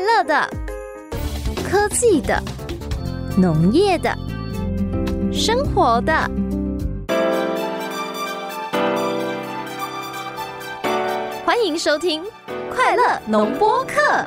乐的、科技的、农业的、生活的。欢迎收听《快乐农播课》。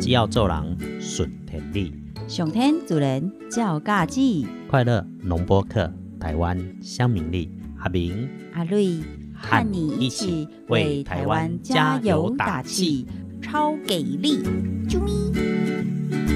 只要做人顺天理，上天主人照家己，快乐农播客，台湾乡民力，阿明阿瑞和你一起为台湾加油打气，超给力！啾咪！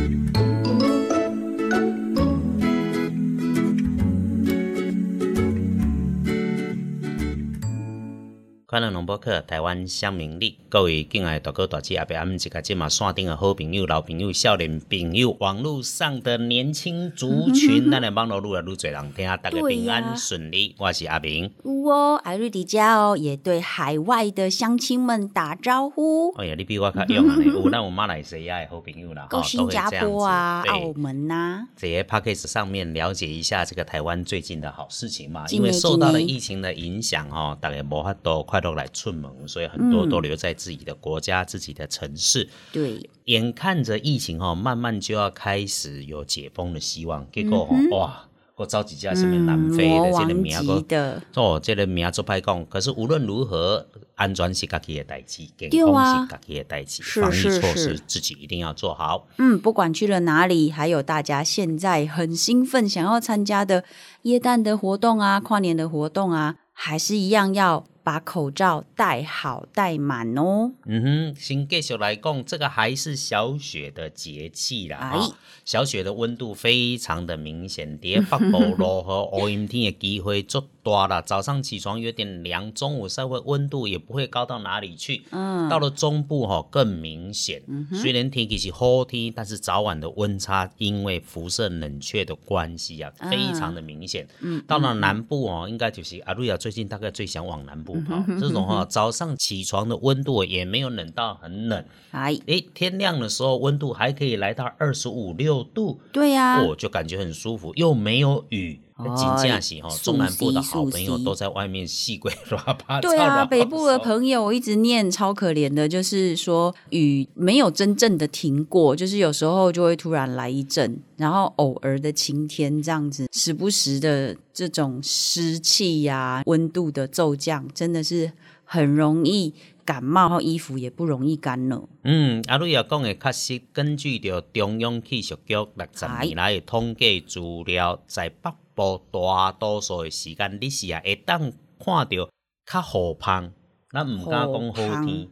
快乐农播客，台湾乡民力，各位敬爱的大哥大姐阿伯阿姆，一个即嘛线顶的好朋友、老朋友、少年朋友，网络上的年轻族 群，咱的网络越来越多人听，大家对平呀安顺利。我是阿明，呜哦，艾瑞迪家哦，也对海外的乡亲们打招呼，哎呀，你比我较勇啊！有咱有马来西亚的好朋友 啦，哦够吼新加坡啊、都会这样澳子对。门啊呐、这些 p a c k a g e 上面了解一下这个台湾最近的好事情嘛，真因的为受到了疫情的影响哦，大家没法都快乐来出门，所以很多嗯都留在自己的国家、自己的城市。对，眼看着疫情哦，慢慢就要开始有解封的希望，结果哦，嗯哇，我着急架什么南非魔的这个嗯王名啊级的，哦，这个名做歹讲，可是无论如何，安全是家己的代志，健对啊康是家己的代志，是防疫是措施是自己一定要做好。嗯，不管去了哪里，还有大家现在很兴奋想要参加的耶诞的活动啊、跨年的活动啊，还是一样要把口罩戴好戴满哦。嗯哼，先继续来讲，这个还是小雪的节气啦。哎哈，小雪的温度非常的明显，伫北部落和乌阴天的机会足大啦。早上起床有点凉，中午稍微温度也不会高到哪里去。嗯，到了中部哈、更明显，虽然天气是好天，但是早晚的温差因为辐射冷却的关系啊，啊非常的明显。到了南部哦，应该就是阿瑞啊，最近大概最想往南部跑。这种哈、早上起床的温度也没有冷到很冷，哎，诶，天亮的时候温度还可以来到二十五六度，对啊呀、我、就感觉很舒服，又没有雨。哎真正是吼，舒中南部的适好舒朋友适都在外面细鬼乱八糟。对啊，北部的朋。朋友我一直念超可怜的，就是说雨没有真正的停过，就是有时候就会突然来一阵，然后偶尔的晴天这样子，时不时的这种湿气呀、温度的骤降，真的是很容易感冒，然后衣服也不容易干了。嗯，阿瑞也讲的确实，根据着中央气象局六十年来的统计资料，在北部大多数的时间，你是啊会当看到较雨棒，咱毋敢讲好天。雨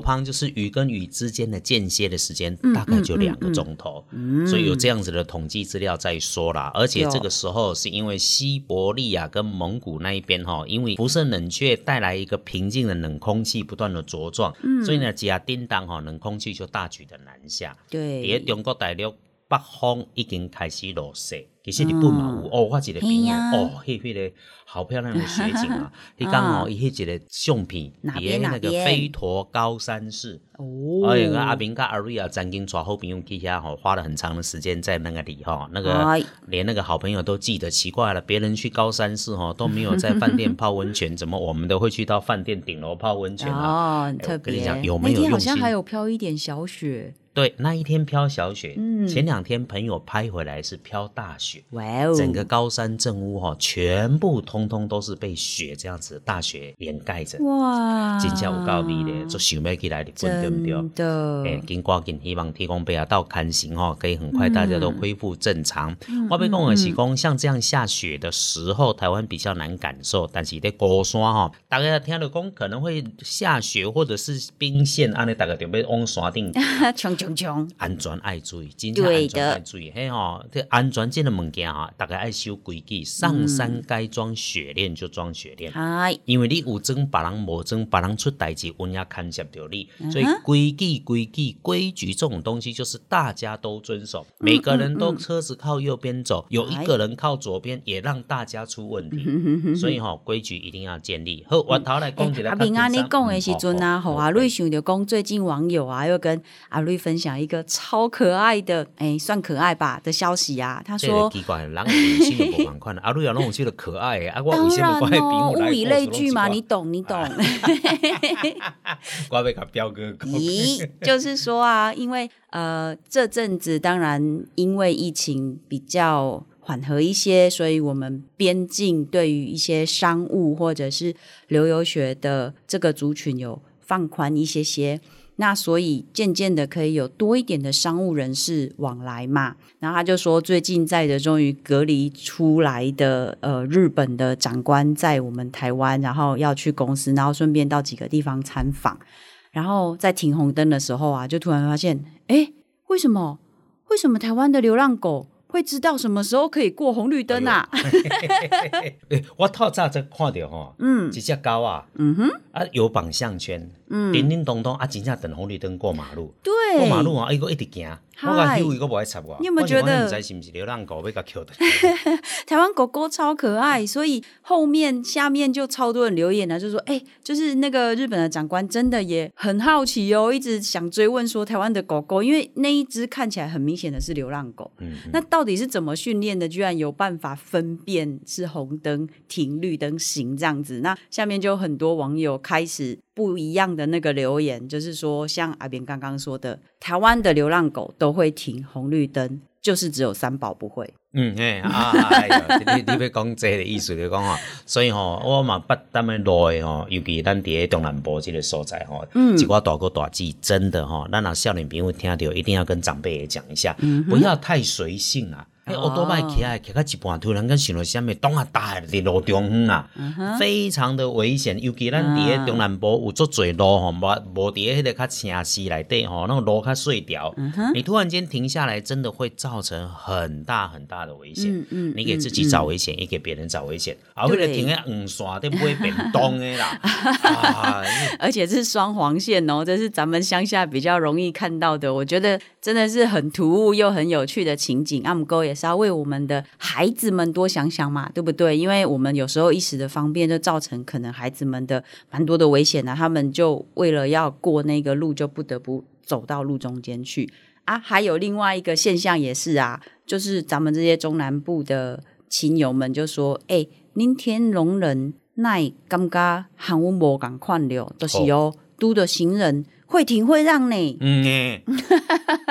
雨棒棒就是雨跟雨之间的间歇的时间，大概就两个钟头。嗯所以有这样子的统计资料在说啦。而且这个时候是因为西伯利亚跟蒙古那一边哈，因为辐射冷却带来一个平静的冷空气不断的茁壮，嗯所以呢，只要叮当哈，冷空气就大举的南下。也对，中国大陆北方已经开始落雪，其实日本嘛有、哦，我一个朋嗯嘿友、呀哦，迄迄个好漂亮的雪景 啊！迄刚哦，伊迄一个相片，嗯哪伫边那哪个边飞陀高山市。哦哎，那阿明跟阿瑞啊，曾经抓好朋友去遐啊吼，花了很长的时间在那个里吼，那哎个连那个好朋友都记得，奇怪了，别人去高山市吼都没有在饭店泡温泉，怎么我们都会去到饭店顶楼泡温泉啊？哦，很哎特我跟你别。讲有那没有天好用像心还有飘一点小雪，对，那一天飘小雪，嗯前两天朋友拍回来是飘大雪，哇哦，整个高山正屋哈、全部通通都是被雪这样子大雪掩盖着，哇，真正有够美嘞，就想要起来日本对不对？真的，诶，紧赶紧希望提供北亚到看行哦，可以很快大家嗯都恢复正常。我被讲的是讲，像这样下雪的时候，台湾比较难感受，但是在高山哈，大家听到讲可能会下雪或者是冰线，安尼大家就要往山 顶走。穷穷穷，安全爱注意，真正对安的全爱注意。嘿吼、这安全这个物件哈，大家爱守规矩，上嗯山该装雪链就装雪链。嗨，因为你有装，别人无装，别人出代志，阮也牵涉到你。嗯所以规矩、规矩、规矩这种东西，就是大家都遵守，嗯每个人都车子靠右边走，有一个人靠左边，也让大家出问题。嗯所以吼、规矩一定要建立。好，我头来讲一欸个阿较轻松。平安，你讲的时阵啊，嗯吼阿瑞，想着讲，最近网友啊，又跟阿瑞分享一个超可爱的，哎，算可爱吧的消息啊。他这个说，奇怪，人有性格不同款，啊阿瑞亚拢觉得可爱的，啊，我当为什然么我的朋哦友，来物以类我是聚嘛，拢你一懂，你懂。我要甲彪哥 讲，咦，就是说啊，因为呃，这阵子当然因为疫情比较缓和一些，所以我们边境对于一些商务或者是留游学的这个族群有放宽一些些。那所以渐渐的可以有多一点的商务人士往来嘛。然后他就说，最近在的终于隔离出来的呃日本的长官在我们台湾，然后要去公司，然后顺便到几个地方参访。然后在停红灯的时候啊，就突然发现，哎，为什么？为什么台湾的流浪狗会知道什么时候可以过红绿灯啊？哎诶我透早才看到吼，嗯一只狗啊，嗯哼，啊有绑项圈，嗯，叮叮咚咚啊，真正等红绿灯过马路，过 对，马路啊，伊个一直行，我甲嗨休伊个无爱插我，你有没有我想觉得我毋知是毋是流浪狗要甲捡的？台湾狗狗超可爱，嗯所以后面下面就超多人留言了、就说：“哎、就是那个日本的长官真的也很好奇哦，一直想追问说台湾的狗狗，因为那一只看起来很明显的是流浪狗，嗯，嗯那到底是怎么训练的？居然有办法分辨是红灯停、绿灯行这样子。那下面就有很多网友开始不一样的那个留言，就是说，像阿扁刚刚说的，台湾的流浪狗都会停红绿灯，就是只有三宝不会。嗯，嘿，啊， 哎呦，你 你要讲这个意思就是讲吼，所以吼，我嘛捌咱们路的吼，尤其咱伫咧中南部这个所在吼，嗯一寡大哥大姐真的吼，咱若少年朋友听到，一定要跟长辈也讲一下，嗯不要太随性啊。迄哦奥多麦起来，起到一半，突然间想到啥物，当啊大的伫路中央啊，嗯非常的危险。尤其咱伫咧中南部有足侪路吼，无无伫咧迄个较城市内底吼，那种路较细条，嗯你突然间停下来，真的会造成很大很大的危险。嗯嗯你给自己找危险，也给别人找危险。啊，为对了停在黄线，在买便当的啦，啊， 而且是双黄线哦，这是咱们乡下比较容易看到的。我觉得真的是很突兀又很有趣的情景。阿姆哥也是要为我们的孩子们多想想嘛，对不对？因为我们有时候一时的方便，就造成可能孩子们的蛮多的危险呢、他们就为了要过那个路，就不得不走到路中间去啊。还有另外一个现象也是啊，就是咱们这些中南部的亲友们就说：“哎、恁天龙人奈感觉喊阮无共款了，就是哦，拄着行人会停会让呢。嗯诶，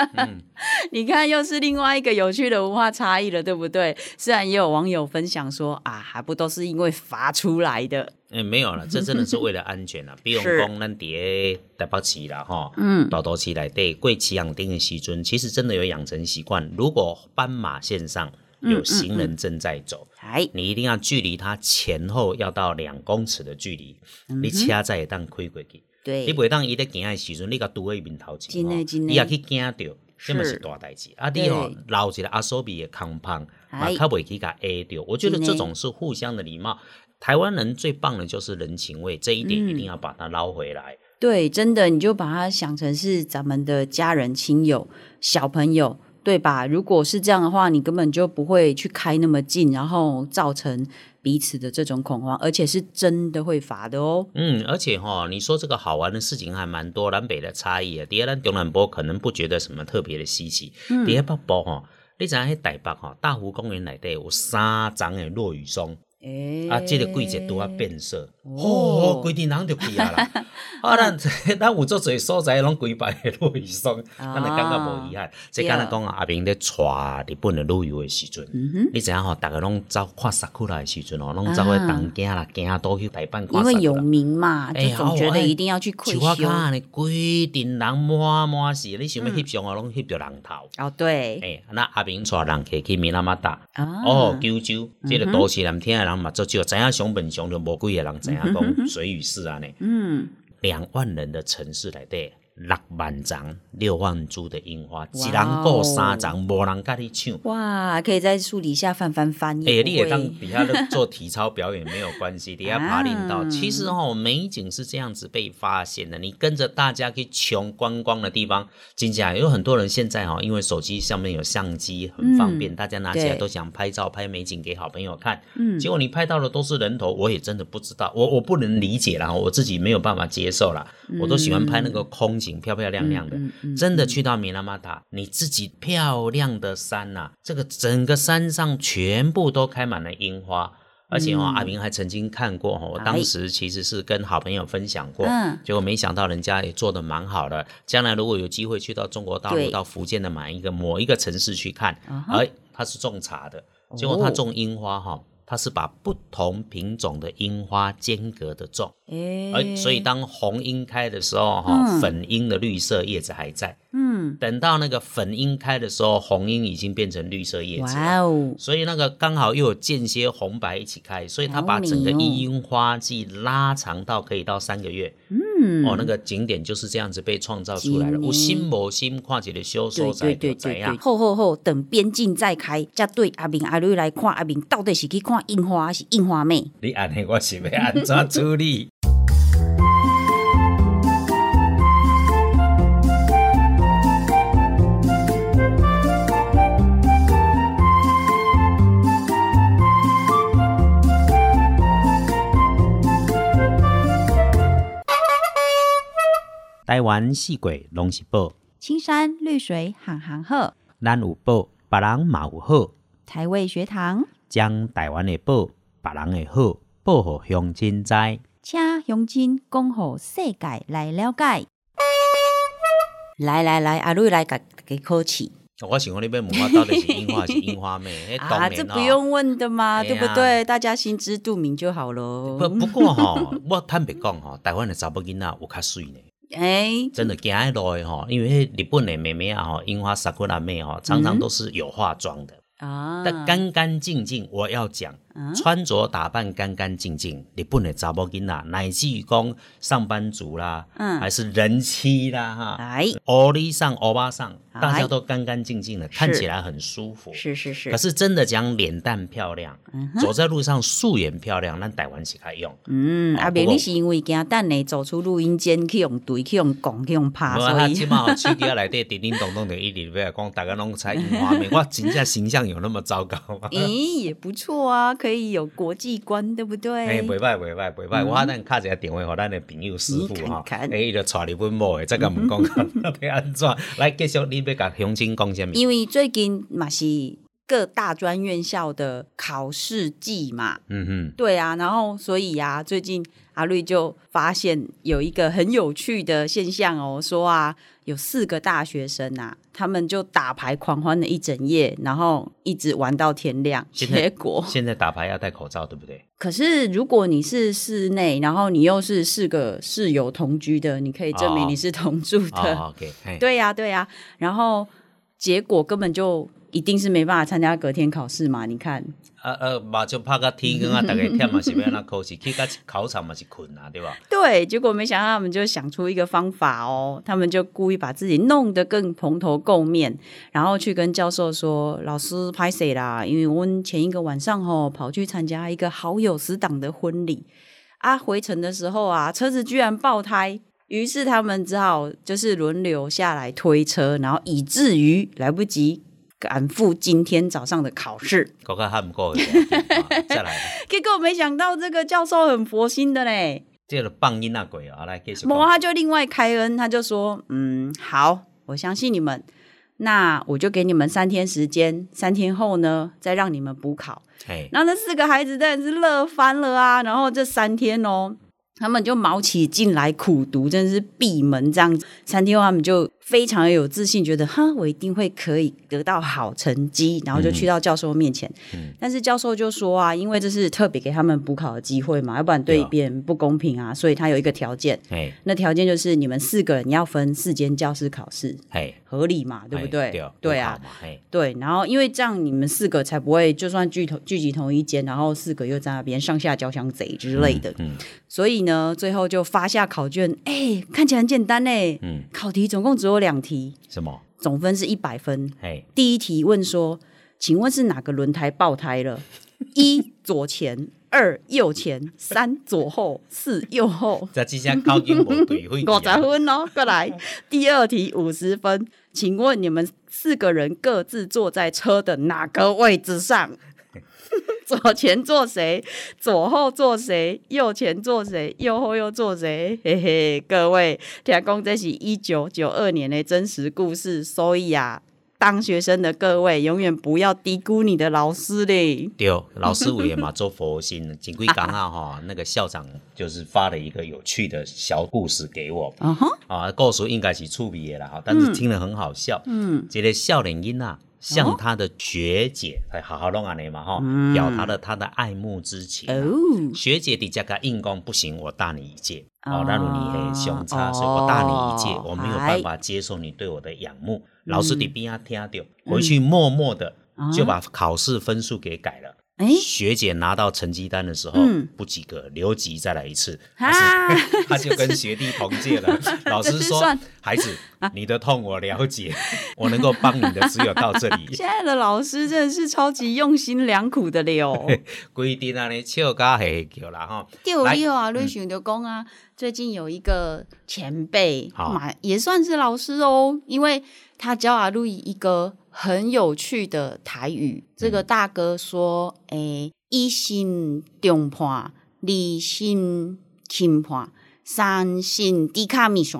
你看，又是另外一个有趣的文化差异了，对不对？虽然也有网友分享说啊，还不都是因为罚出来的，诶，嗯没有了，这真的是为了安全 啦。比如讲，咱伫诶台北市啦，吼，嗯，大都市内底过骑行灯的时阵，其实真的有养成习惯。如果斑马线上嗯有行人正在走，哎，你一定要距离它前后要到两公尺的距离，嗯你车才会当开过去。你对，袂当伊咧行诶时阵，你甲拄喺面头前真的真的伊也去惊着，是这嘛是大代志。啊，对你吼留一个阿苏比诶空棒，嘛哎较袂去甲 A 着。我觉得真的这种是互相的礼貌。台湾人最棒的就是人情味，这一点嗯一定要把它捞回来。对，真的，你就把它想成是咱们的家人、亲友、小朋友，对吧？如果是这样的话，你根本就不会去开那么近，然后造成彼此的这种恐慌，而且是真的会罚的哦。嗯，而且哈、你说这个好玩的事情还蛮多，南北的差异啊。第二，咱中南部可能不觉得什么特别的稀奇，嗯第二北部哈、你知影迄台北吼、大湖公园内底有三丛的落羽松。诶啊，这个季节拄啊，变色，哦哦，规定人就去啊 啦。啊，咱 咱有足侪所在拢规排的落雨 松，咱就感觉无遗憾。这对敢若讲啊，阿明咧带日本的旅游的时阵，你知影吼，逐个拢走看萨库拉的时阵吼，哦拢走去嗯啊东京啦、京都去台北看因为萨库有拉名嘛，哎就呀总觉我得爱一定要去愧树仔羞脚。安尼规定人满满是，你嗯想要翕相啊，拢翕着人头。哦，对，诶，哎那阿明带人客去米拉马达。啊，嗯哦，九州，这个都市人听的人嘛足少，知影熊本熊就无几个人知影讲水与市安尼。嗯，两万人的城市内底，六万丛六万株的樱花，哦一人顾三丛，无人甲你抢。哇，可以在树底下翻翻翻，哎、也不你也当会，底下咧做体操表演没有关系， 底下爬林道。啊其实哦，美景是这样子被发现的。你跟着大家去穷观光的地方，真假有很多人现在哦，因为手机上面有相机，很方便，嗯大家拿起来对都想拍照拍美景给好朋友看。嗯结果你拍到的都是人头，嗯我也真的不知道，我我不能理解啦，我自己没有办法接受啦。我都喜欢拍那个空行，漂漂亮亮的。真的去到米拉玛塔，你自己漂亮的山呐、这个整个山上全部都开满了樱花。而且哦，嗯阿明还曾经看过哦，我当时其实是跟好朋友分享过，嗯结果没想到人家也做的蛮好的。将来如果有机会去到中国大对陆，到福建的某一个某一个城市去看，啊哈哦哎，他是种茶的，结果他种樱花哈、他是把不同品种的樱花间隔的种，哎、哎，所以当红樱开的时候哈、嗯粉樱的绿色叶子还在，嗯，等到那个粉樱开的时候，红樱已经变成绿色叶子了。哇哦，所以那个刚好又有间歇红白一起开，所以他把整个好美哦樱花季拉长到可以到三个月。嗯，哦，那个景点就是这样子被创造出来了。真的有心无心，看起来修收对对在啊对就对怎对，样。后后后等边境再开，才对阿明阿瑞来看阿明到底是去看樱花还是樱花妹？你安尼我是要安怎处理？台湾四季拢是宝，青山绿水行行好，咱有宝，别人嘛有好，台味学堂，将台湾的宝，别人的好，报互乡亲知。请乡亲讲互世界来了解。来来来，阿瑞来给给考试哦我想讲你要问我到底是樱花还是樱花 妹？迄当啊，这然不哦。用问的嘛，哎呀对不对？大家心知肚明就好喽。不不过吼，我坦白讲吼，台湾的查某囡仔有较水呢，哎，真的行迄路的嗯吼，因为迄日本的妹妹啊吼，樱花萨库拉妹吼，常常都是有化妆的，啊，但干干净净。我要讲，穿着打扮干干净净，日本的查某囡仔，乃至于讲上班族啦，嗯还是人妻啦哈，哎，欧里上欧巴上，哎大家都干干净净的，看起来很舒服。是是是可，是真的讲脸蛋漂亮，走在路上素颜漂亮，咱台湾是该用。嗯，哦阿明不过你是因为惊等呢走出录音间去用怼去用讲去用拍，无啊，他所起以？码手机内底叮叮咚咚的一直在讲，大家拢猜樱花妹，我真正形象有那么糟糕吗 咦也不错啊，可以有国际观，对不哎，对？袂歹袂歹袂歹，我等敲一个电话互咱的朋友师傅嗯你哈看，哎，看嗯伊就带日本某的，再甲问讲 要安怎？来继续，你要甲乡亲讲什么？因为最近嘛是各大专院校的考试季嘛，嗯哼，对啊，然后所以啊，最近阿瑞就发现有一个很有趣的现象哦，说啊，有四个大学生啊，他们就打牌狂欢了一整夜，然后一直玩到天亮，现在结果现在打牌要戴口罩，对不对？可是，如果你是室内，然后你又是四个室友同居的，你可以证明你是同住的。哦，OK，嘿对呀、对呀、然后结果根本就一定是没办法参加隔天考试嘛？你看，啊啊，目睭拍到天光啊，大家忝嘛是要安那考试，去到考场嘛是困啊，对吧？对，结果没想到他们就想出一个方法哦，他们就故意把自己弄得更蓬头垢面，然后去跟教授说：“老师拍谁啦？因为我们前一个晚上哦，跑去参加一个好友死党的婚礼啊，回程的时候啊，车子居然爆胎。”于是他们只好就是轮流下来推车，然后以至于来不及赶赴今天早上的考试。 国较喊过去啊，啊再来，结果没想到这个教授很佛心的嘞，这个放音那鬼啊，来继续某讲。他就另外开恩，他就说：“嗯，好，我相信你们，那我就给你们三天时间，三天后呢再让你们补考。”嘿，然后那四个孩子当然是乐翻了啊！然后这三天哦，他们就卯起劲来苦读，真的是闭门这样子。三天后，他们就非常有自信，觉得哈，我一定会可以得到好成绩，然后嗯就去到教授面前。但是教授就说啊，因为这是特别给他们补考的机会嘛，要不然对对啊别人不公平啊，所以他有一个条件。嘿，那条件就是你们四个人要分四间教室考试，嘿，合理嘛，对不对？嘿哎对，对有啊考，嘛，嘿，对。然后因为这样你们四个才不会，就算聚头聚集同一间，然后四个又在那边上下交相贼之类的。嗯所以呢，最后就发下考卷，哎，看起来很简单嘞。嗯，考题总共只有两题，什么？总分是一百分。嘿，第一题问说，请问是哪个轮胎爆 胎了？一左前，二右前，三左后，四右后。这几下考音无对会 五十啊，分哦，过 来。第二题五十分，请问你们四个人各自坐在车的哪个位置上？ 左前坐谁，左后坐谁，右前坐谁，右后又坐谁，嘿嘿，各位，听讲这是一九九二年的真实故事，所以啊，当学生的各位永远不要低估你的老师嘞。对，老师我也嘛做佛心，警贵港啊哈，那个校长就是发了一个有趣的小故事给我啊哈，啊，故事应该是趣味的啦哈，但是听了很好笑。嗯，这个笑脸音哦啊，向他的学姐，哎，好好弄啊你嘛哈，嗯表达了他的爱慕之情啊。哦，学姐底下个硬攻不行，我大你一届哦哦，那如你很相差，所以我大你一届，我没有办法接受你对我的仰慕。老师底边啊听到，回去默默的哎嗯啊就把考试分数给改了。哎、学姐拿到成绩单的时候嗯不及格，留级再来一次，啊， 他就跟学弟同届了。老师说算：“啊孩子，你的痛我了解，我能够帮你的只有到这 里。”现在的老师真的是超级用心良苦的了哦。规定安尼笑甲嘿叫啦吼，丢来嗯六啊，瑞想就讲啊，最近有一个前辈，好嘛也算是老师哦，因为他教阿路易一个很有趣的台语。这嗯个大哥说：“诶、一心中判，二心轻判，三心低卡 米线。”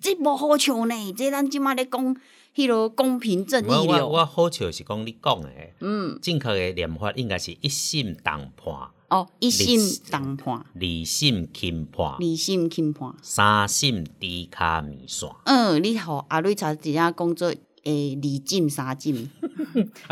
这无好笑呢，这咱即马咧讲，迄落公平正我义我了。我好笑是讲你讲诶，嗯，正确诶念法应该是一心当判，哦，一心当判，二心轻判，二心轻判。三心低卡米线。嗯，你好，阿瑞查底下工作诶，二进三进，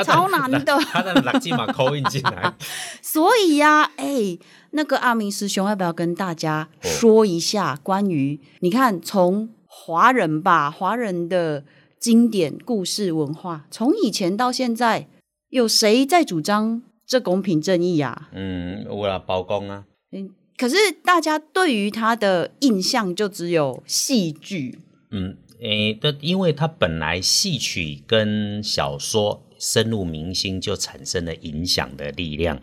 超难 的他的啊六字嘛扣印进来，所以呀、诶，那个阿明师兄要不要跟大家说一下关于、你看从华人吧，华人的经典故事文化，从以前到现在，有谁在主张这公平正义啊呀、嗯，有啦，包公啊，嗯，可是大家对于他的印象就只有戏剧，嗯，诶、但因为他本来戏曲跟小说深入民心，就产生了影响的力量。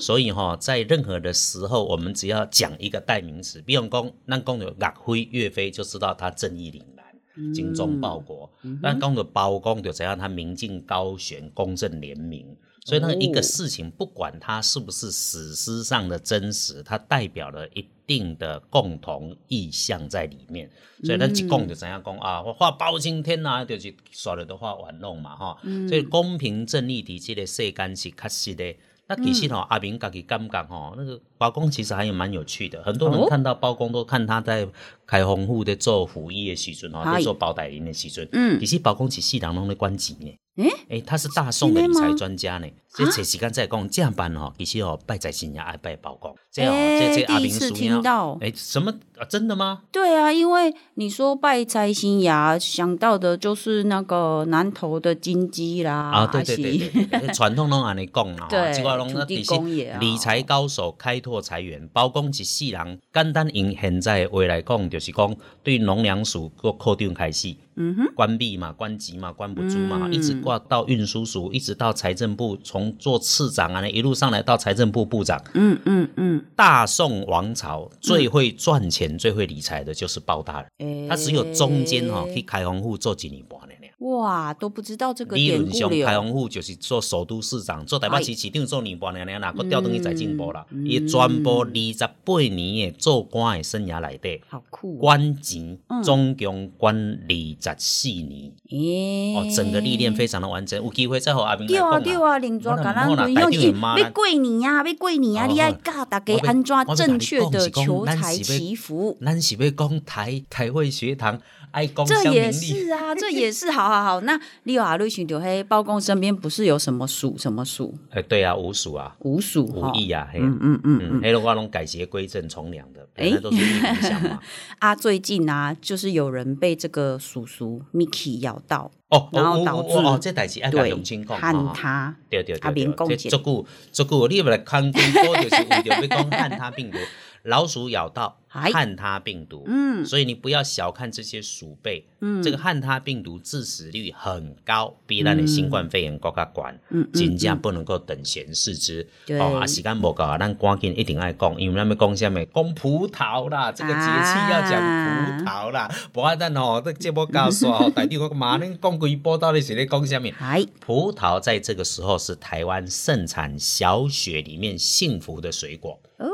所以哈、在任何的时候，我们只要讲一个代名词，比方讲，那讲有岳飞、岳飞，就知道他正义凛然、精忠报国；那讲有包公，就知道他明镜高悬、公正廉明。所以呢，一个哦事情不管它是不是史诗上的真实，它代表了一定的共同意向在里面。所以咱一嗯讲就知影讲啊，我画包青天啊，就是耍了都画玩弄嘛吼。嗯所以公平正义伫这个世间是确实的。那其实吼、嗯阿明家己感觉吼、那个包公其实还有蛮有趣的。很多哦人看到包公都看他在开封府在做溥仪的时阵吼，嗨在做包大人的时阵，嗯其实包公是四人拢咧关钱呢。诶诶、他是大宋的理真的财吗啊专家呢，所以找时间再讲这样办吼，其实哦拜财神也爱拜包公，这样、哦诶这这阿第一明次叔听到诶、什么、啊、真的吗？对啊，因为你说拜财星牙，想到的就是那个南投的金鸡啦，啊，对对对还对是，对，对传统拢安尼讲啦， 对即个拢土地公爷啊理财高手开拓财源，包公一世人，简单用现在的话来讲，就是讲对农粮署个扩张开始，嗯哼，关闭嘛，关籍嘛，关不住嘛，嗯一直挂到运输署，一直到财政部，从做次长啊，一路上来到财政部部长。嗯嗯嗯，大宋王朝最会赚钱、最会理财的就是包大人，诶他只有中间哈、哦、去开封府做几年半的。哇，都不知道这个理典论故上，开了，封府就是做首都市长，做台哎北市市长做年半年年，哪个调动去在进步啦？嗯伊全部二十八年的做官的生涯内底，好酷哦，官钱总共管二十四年，诶哦，整个历练非常的完整。有机会再和阿明来嗯对啊讲对啦。啊，领抓橄榄我棍们用台是顶的妈要过年啊，要过年啊，哦你要教大家我要安怎我要正确跟的你讲求咱是财要祈福。咱是要讲台台会学堂爱讲这乡民也力，是 啊，这也是，好好好。那啊利瓦瑞寻求黑包公身边不是有什么鼠什么鼠哎，对啊，五鼠啊，五鼠五哈？义啊，嘿，嗯嗯嗯嗯嗯，。黑龙江拢改邪归正从良的，哎本来都是逆影响嘛。啊，最近啊，就是有人被这个叔叔 Mickey 咬到，哦， 然后哦导哦致哦，这代志爱甲对永清，讲哦和哦他，对对啊对免讲对，解 即足久足久，你要来看广告，就是为着要讲汉他病毒。老鼠咬到哎汉他病毒，嗯所以你不要小看这些鼠辈，嗯这个汉他病毒致死率很高，比咱的新冠肺炎更加管，嗯嗯真正不能够等闲视之。对哦，啊，时间无够啊，咱赶紧一定爱讲，因为咱要讲什么？讲葡萄啦，这个节气要讲葡萄啦，无啊，咱哦，这节目告诉 哦，大弟我马恁讲几波到底是咧讲什么？哎，葡萄在这个时候是台湾盛产小雪里面幸福的水果。哦，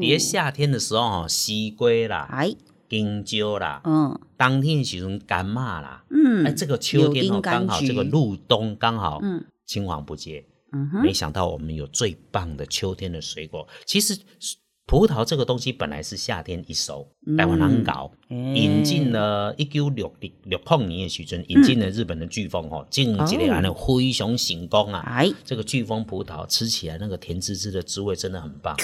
别夏天的时候哦，西瓜啦、哎，香蕉啦，嗯当天的时候柑嘛啦，嗯，哎，这个秋天柳哦，丁柑刚好橘这个入冬刚好嗯青黄不接。嗯哼，没想到我们有最棒的秋天的水果。其实葡萄这个东西本来是夏天一熟，嗯台湾人搞。哎引进了一九六六六零年的时嗯阵，引进了日本的巨峰哦，近几年来非常成功啊。哎，这个巨峰葡萄吃起来那个甜滋滋的滋味真的很棒。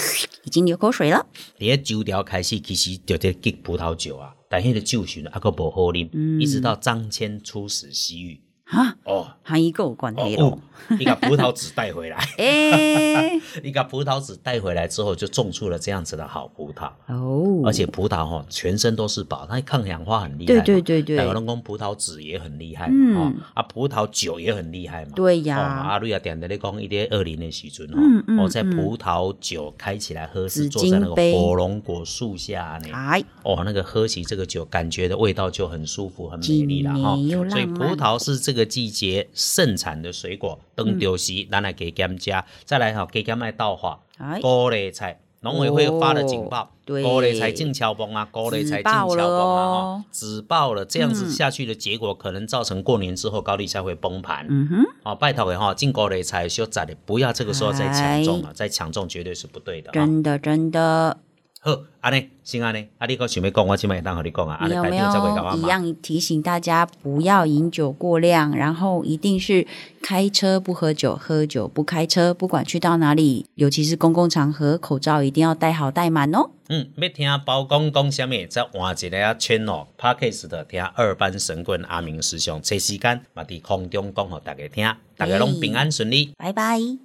已经流口水了，伫个酒调开始，其实就在给葡萄酒啊，但迄个酒寻还佫无好啉，一直到张骞出使西域，嗯哈，哦含一有关哦系哦咯，， 你把葡萄籽带回来， 哎，你把葡萄籽带回来之后，就种出了这样子的好葡萄，哦，而且葡萄哈、哦、全身都是宝，它抗氧化很厉害对嘛，对对对百龙宫葡萄籽也很厉害嗯嘛，哦啊，葡萄酒也很厉害嘛。对哦，呀，阿瑞啊，点的咧讲一点二零的时阵哦嗯，嗯哦，在嗯葡萄酒开起来喝紫是坐在那金个杯火龙果树下呢，哎，哦，那个喝起这个酒，感觉的味道就很舒服、很美丽了哈紧密又。所以浪葡漫萄是这个季节盛产的水果，当丢席咱来给减加，再来哈给减卖稻花哎、高丽菜。农委会发了警哦报，对高丽菜进桥崩啊，高丽菜进桥止爆了崩啊，哦哈，止爆了，这样子嗯下去的结果可能造成过年之后高丽菜会崩盘。嗯哼，哦，拜托的哈，进高丽菜小窄的，不要这个时候再哎抢种了，再抢种绝对是不对的。哈。真的真的，好，安尼先安尼，啊，你个想要讲，我即摆会当和你讲啊，啊，你你有台没顶才袂甲我有一骂。样提醒大家不要饮酒过量，然后一定是开车不喝酒，喝酒不开车，不管去到哪里，尤其是公共场合，口罩一定要戴好戴满哦。嗯，要听包公讲啥物，再换一个啊圈哦 p a r k e s 的听二班神棍阿明师兄，找时间嘛伫空中讲互大家听，大家拢平安顺利。拜拜。